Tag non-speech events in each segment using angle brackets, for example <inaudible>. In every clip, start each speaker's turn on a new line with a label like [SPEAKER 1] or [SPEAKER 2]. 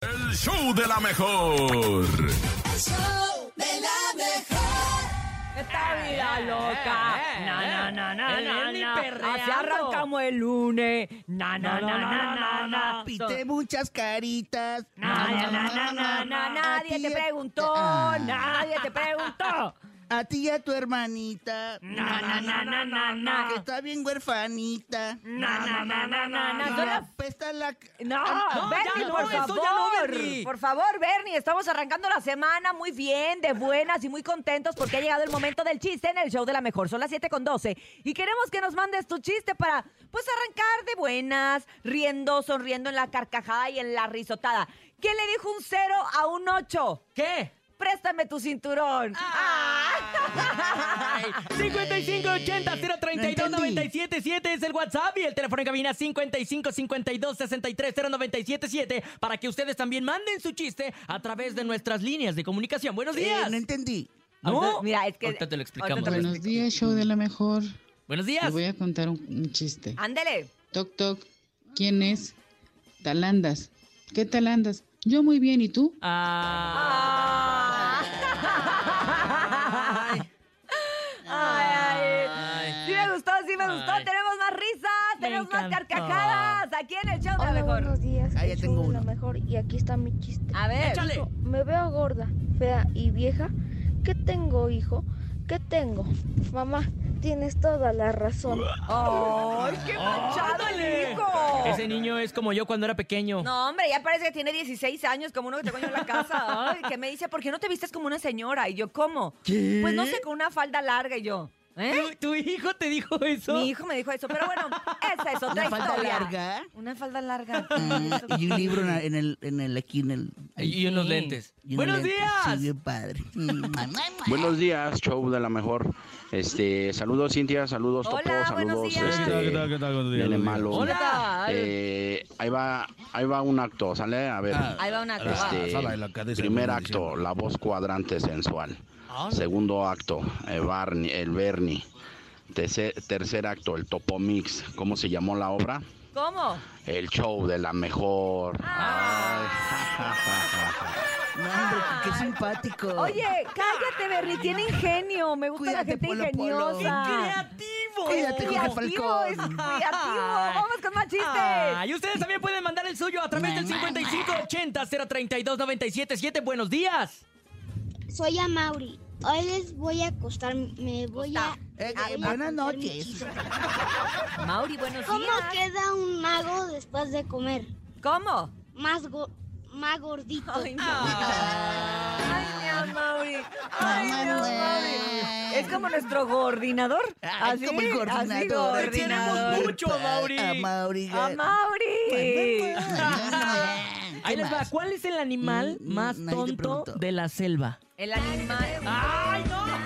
[SPEAKER 1] El show de la mejor.
[SPEAKER 2] show de la mejor.
[SPEAKER 3] Esta vida loca.
[SPEAKER 4] eh,
[SPEAKER 3] Na, na,
[SPEAKER 4] eh.
[SPEAKER 3] na, na,
[SPEAKER 4] Él
[SPEAKER 3] na,
[SPEAKER 4] ni
[SPEAKER 3] na.
[SPEAKER 4] perreando.
[SPEAKER 3] Así arrancamos el lunes. Na, na, na, na, na, na.
[SPEAKER 5] Pité muchas caritas.
[SPEAKER 3] Na, na, na, na, na, na.
[SPEAKER 5] A
[SPEAKER 3] Nadie
[SPEAKER 5] ti y
[SPEAKER 3] te
[SPEAKER 5] a-
[SPEAKER 3] preguntó.
[SPEAKER 5] Ah.
[SPEAKER 3] Nadie te preguntó.
[SPEAKER 5] A ti y a tu hermanita.
[SPEAKER 3] Na, na, na, na, na, na.
[SPEAKER 5] Que está bien huerfanita.
[SPEAKER 3] Na, na, na, na, na, na. Son las-
[SPEAKER 5] Apesta la...
[SPEAKER 3] No,
[SPEAKER 4] no,
[SPEAKER 3] Bernie,
[SPEAKER 4] Oh, ya no,
[SPEAKER 3] por
[SPEAKER 4] eso ya
[SPEAKER 3] favor.
[SPEAKER 4] no, Bernie.
[SPEAKER 3] Por favor, Bernie, estamos arrancando la semana muy bien, de buenas y muy contentos porque ha llegado el momento del chiste en el show de la mejor. Son las 7 con 12 y queremos que nos mandes tu chiste para, pues, arrancar de buenas, riendo, sonriendo en la carcajada y en la risotada. ¿Quién le dijo un 0 a un 8?
[SPEAKER 4] ¿Qué?
[SPEAKER 3] Préstame tu cinturón. Ah.
[SPEAKER 4] 5580-032-977 es el WhatsApp y el teléfono en cabina 5552-630977 para que ustedes también manden su chiste a través de nuestras líneas de comunicación. Buenos
[SPEAKER 5] Eh,
[SPEAKER 4] días.
[SPEAKER 5] no entendí.
[SPEAKER 4] ¿No?
[SPEAKER 3] Mira, es que-
[SPEAKER 4] Ahorita te lo explicamos.
[SPEAKER 3] ahorita te lo-
[SPEAKER 6] Buenos días, show de la mejor.
[SPEAKER 4] Buenos
[SPEAKER 6] Les
[SPEAKER 4] días.
[SPEAKER 6] voy a contar un, un chiste.
[SPEAKER 3] <laughs> Ándele.
[SPEAKER 6] Toc, toc. ¿Quién es? Talandas. ¿Qué talandas? Yo muy bien, ¿y tú?
[SPEAKER 4] Ah,
[SPEAKER 3] Ay. Ay, ay. Sí me gustó, sí me gustó.
[SPEAKER 4] Ay.
[SPEAKER 3] Tenemos más risas,
[SPEAKER 4] Me
[SPEAKER 3] tenemos más
[SPEAKER 4] encantó.
[SPEAKER 3] carcajadas. Aquí en el show de la
[SPEAKER 7] Hola,
[SPEAKER 3] mejor.
[SPEAKER 7] buenos días.
[SPEAKER 5] Ah, ya
[SPEAKER 7] el show
[SPEAKER 5] tengo
[SPEAKER 7] de la
[SPEAKER 5] uno. Ah.
[SPEAKER 7] mejor y aquí está mi chiste.
[SPEAKER 3] A ver.
[SPEAKER 4] Échale.
[SPEAKER 7] Me veo gorda, fea y vieja. ¿Qué tengo, hijo? ¿Qué tengo? Mamá, tienes toda la razón.
[SPEAKER 3] ¡Ay, qué manchado el
[SPEAKER 4] Ándale.
[SPEAKER 3] hijo!
[SPEAKER 4] Ese niño es como yo cuando era pequeño.
[SPEAKER 3] No, hombre, ya parece que tiene 16 años, como uno que te coño en la casa. Ay, que me dice, ¿por qué no te vistes como una señora? Y yo, ¿cómo?
[SPEAKER 4] ¿Qué?
[SPEAKER 3] Pues no sé, con una falda larga. Y yo, ¿eh?
[SPEAKER 4] ¿Tu, tu hijo te dijo eso?
[SPEAKER 3] Mi hijo me dijo eso, pero bueno, esa es otra
[SPEAKER 5] Una falda
[SPEAKER 3] historia. <laughs>
[SPEAKER 5] larga.
[SPEAKER 3] Una falda larga.
[SPEAKER 4] Mm.
[SPEAKER 5] Ah, y un libro en el, en el, en el- aquí en el...
[SPEAKER 4] Y, y unos
[SPEAKER 3] Sí.
[SPEAKER 4] lentes.
[SPEAKER 5] y unos
[SPEAKER 4] ¡Buenos
[SPEAKER 5] lentes.
[SPEAKER 4] días!
[SPEAKER 5] Sí, bien padre.
[SPEAKER 3] <laughs>
[SPEAKER 5] Mm.
[SPEAKER 8] Buenos días, show de la mejor. Este, saludos Cintia, saludos
[SPEAKER 3] Hola,
[SPEAKER 8] Topo,
[SPEAKER 3] buenos
[SPEAKER 8] saludos
[SPEAKER 3] días.
[SPEAKER 8] este,
[SPEAKER 9] ¿Qué tal, qué tal? Buenos días, buenos
[SPEAKER 8] Nene
[SPEAKER 9] días.
[SPEAKER 8] Malo.
[SPEAKER 4] Hola.
[SPEAKER 8] Eh, ahí va, ahí va un acto, ¿sale? A ver.
[SPEAKER 9] Ah,
[SPEAKER 3] Ahí va una cosa.
[SPEAKER 8] Este,
[SPEAKER 9] sala de la cabeza,
[SPEAKER 8] primer
[SPEAKER 9] como dicen.
[SPEAKER 8] acto, la voz cuadrante sensual.
[SPEAKER 4] Ah,
[SPEAKER 8] Segundo acto, eh, Barney- el Bernie. Tercer, tercer acto, el Topo Mix. ¿Cómo se llamó la obra?
[SPEAKER 3] ¿Cómo?
[SPEAKER 8] El show de la mejor.
[SPEAKER 3] Ah.
[SPEAKER 8] <laughs>
[SPEAKER 5] No, hombre, qué simpático.
[SPEAKER 3] Oye, cállate, Bernie, tiene ingenio. Me gusta
[SPEAKER 5] Cuídate,
[SPEAKER 3] la gente
[SPEAKER 5] Polo, Polo.
[SPEAKER 3] ingeniosa.
[SPEAKER 4] ¡Creativo!
[SPEAKER 5] Cuídate,
[SPEAKER 3] Es
[SPEAKER 5] Jorge
[SPEAKER 3] creativo, es
[SPEAKER 5] Falcón.
[SPEAKER 3] creativo. Vamos con más chistes.
[SPEAKER 4] Ah, y ustedes también pueden mandar el suyo a través del 5580-032-977. Buenos días.
[SPEAKER 10] Soy Amauri. Hoy les voy a acostar, me voy a...
[SPEAKER 5] Eh,
[SPEAKER 10] voy a
[SPEAKER 5] eh, buenas
[SPEAKER 10] contar mi
[SPEAKER 5] noches.
[SPEAKER 10] chiste.
[SPEAKER 3] Mauri, buenos
[SPEAKER 10] ¿Cómo
[SPEAKER 3] días.
[SPEAKER 10] queda un mago después de comer?
[SPEAKER 3] ¿Cómo?
[SPEAKER 10] Más, go- más gordito.
[SPEAKER 3] Ay, no. Ay, mi amor, Mauri. Ay, mi amor, Mauri. Es como nuestro coordinador.
[SPEAKER 5] Ah, es
[SPEAKER 3] Así,
[SPEAKER 5] como el coordinador.
[SPEAKER 3] así,
[SPEAKER 5] Te
[SPEAKER 4] queremos
[SPEAKER 3] coordinador.
[SPEAKER 4] mucho, Mauri.
[SPEAKER 5] A Mauri.
[SPEAKER 3] ¡A Mauri! <laughs>
[SPEAKER 5] pues.
[SPEAKER 4] Ahí les va. ¿Cuál es el animal
[SPEAKER 5] Mm, mm,
[SPEAKER 4] más
[SPEAKER 5] nadie te
[SPEAKER 4] tonto
[SPEAKER 5] preguntó.
[SPEAKER 4] de la selva?
[SPEAKER 3] El animal.
[SPEAKER 4] ¡Ay, no!
[SPEAKER 3] Yo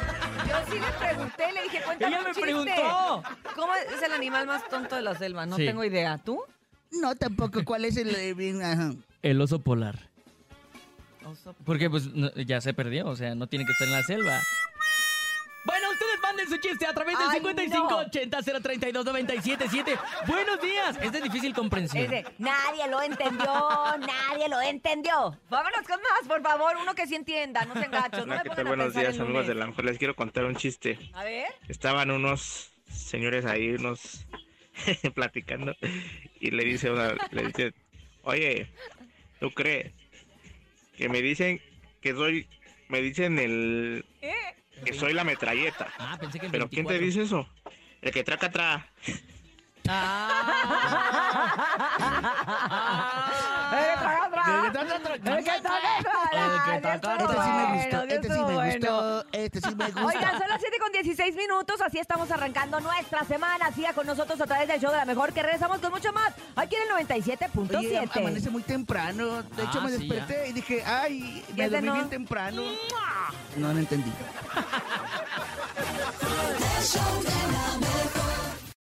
[SPEAKER 3] sí le pregunté, le dije, cuéntame
[SPEAKER 4] Ella
[SPEAKER 3] un
[SPEAKER 4] me
[SPEAKER 3] chiste.
[SPEAKER 4] preguntó.
[SPEAKER 3] ¿Cómo es el animal más tonto de la selva? No
[SPEAKER 4] Sí.
[SPEAKER 3] tengo idea. ¿Tú?
[SPEAKER 5] No, tampoco. ¿Cuál es el... eh, bien, ajá.
[SPEAKER 4] El oso polar. Porque pues no- ya se perdió, o sea, no tiene que estar en la selva. Bueno, ustedes manden su chiste a través del
[SPEAKER 3] Ay,
[SPEAKER 4] 5580-032-977. Buenos días. Es de difícil comprensión.
[SPEAKER 3] Ese, nadie lo entendió, nadie lo entendió. Vámonos con más, por favor, uno que sí entienda, no se engachos, no
[SPEAKER 11] Hola,
[SPEAKER 3] me
[SPEAKER 11] ¿qué
[SPEAKER 3] pongan
[SPEAKER 11] tal?
[SPEAKER 3] a
[SPEAKER 11] Buenos
[SPEAKER 3] pensar
[SPEAKER 11] días,
[SPEAKER 3] el
[SPEAKER 11] amigos de
[SPEAKER 3] lunes.
[SPEAKER 11] la mejor. Les quiero contar un chiste.
[SPEAKER 3] A ver,
[SPEAKER 11] Estaban unos señores ahí, unos <laughs> platicando, y le dice una, le dice, oye, ¿tú crees que me dicen que soy, me dicen el,
[SPEAKER 3] ¿eh?
[SPEAKER 11] que soy la metralleta?
[SPEAKER 4] Ah, pensé que el
[SPEAKER 11] Pero ¿quién
[SPEAKER 4] 24.
[SPEAKER 11] te dice eso? El que traca atrás.
[SPEAKER 4] Ah.
[SPEAKER 3] Eh, traga atrás. Eh, que traga atrás.
[SPEAKER 4] Eh, que traga
[SPEAKER 3] Ya estuvo
[SPEAKER 5] Este
[SPEAKER 3] bueno, ya estuvo
[SPEAKER 5] sí me gustó. Este sí me
[SPEAKER 3] bueno.
[SPEAKER 5] gustó. Este sí me gustó.
[SPEAKER 3] Oigan, son las 7 con 16 minutos, así estamos arrancando nuestra semana. Siga con nosotros a través del show de la mejor que regresamos con mucho más. Aquí en el
[SPEAKER 5] Oye, am-
[SPEAKER 3] 97.7.
[SPEAKER 5] amanece muy temprano. De hecho,
[SPEAKER 4] Ah,
[SPEAKER 5] me
[SPEAKER 4] sí,
[SPEAKER 5] desperté y dije, ay,
[SPEAKER 3] Ya
[SPEAKER 5] me
[SPEAKER 3] de
[SPEAKER 5] dormí
[SPEAKER 3] no.
[SPEAKER 5] bien temprano. No, no entendí.
[SPEAKER 2] El show de la mejor.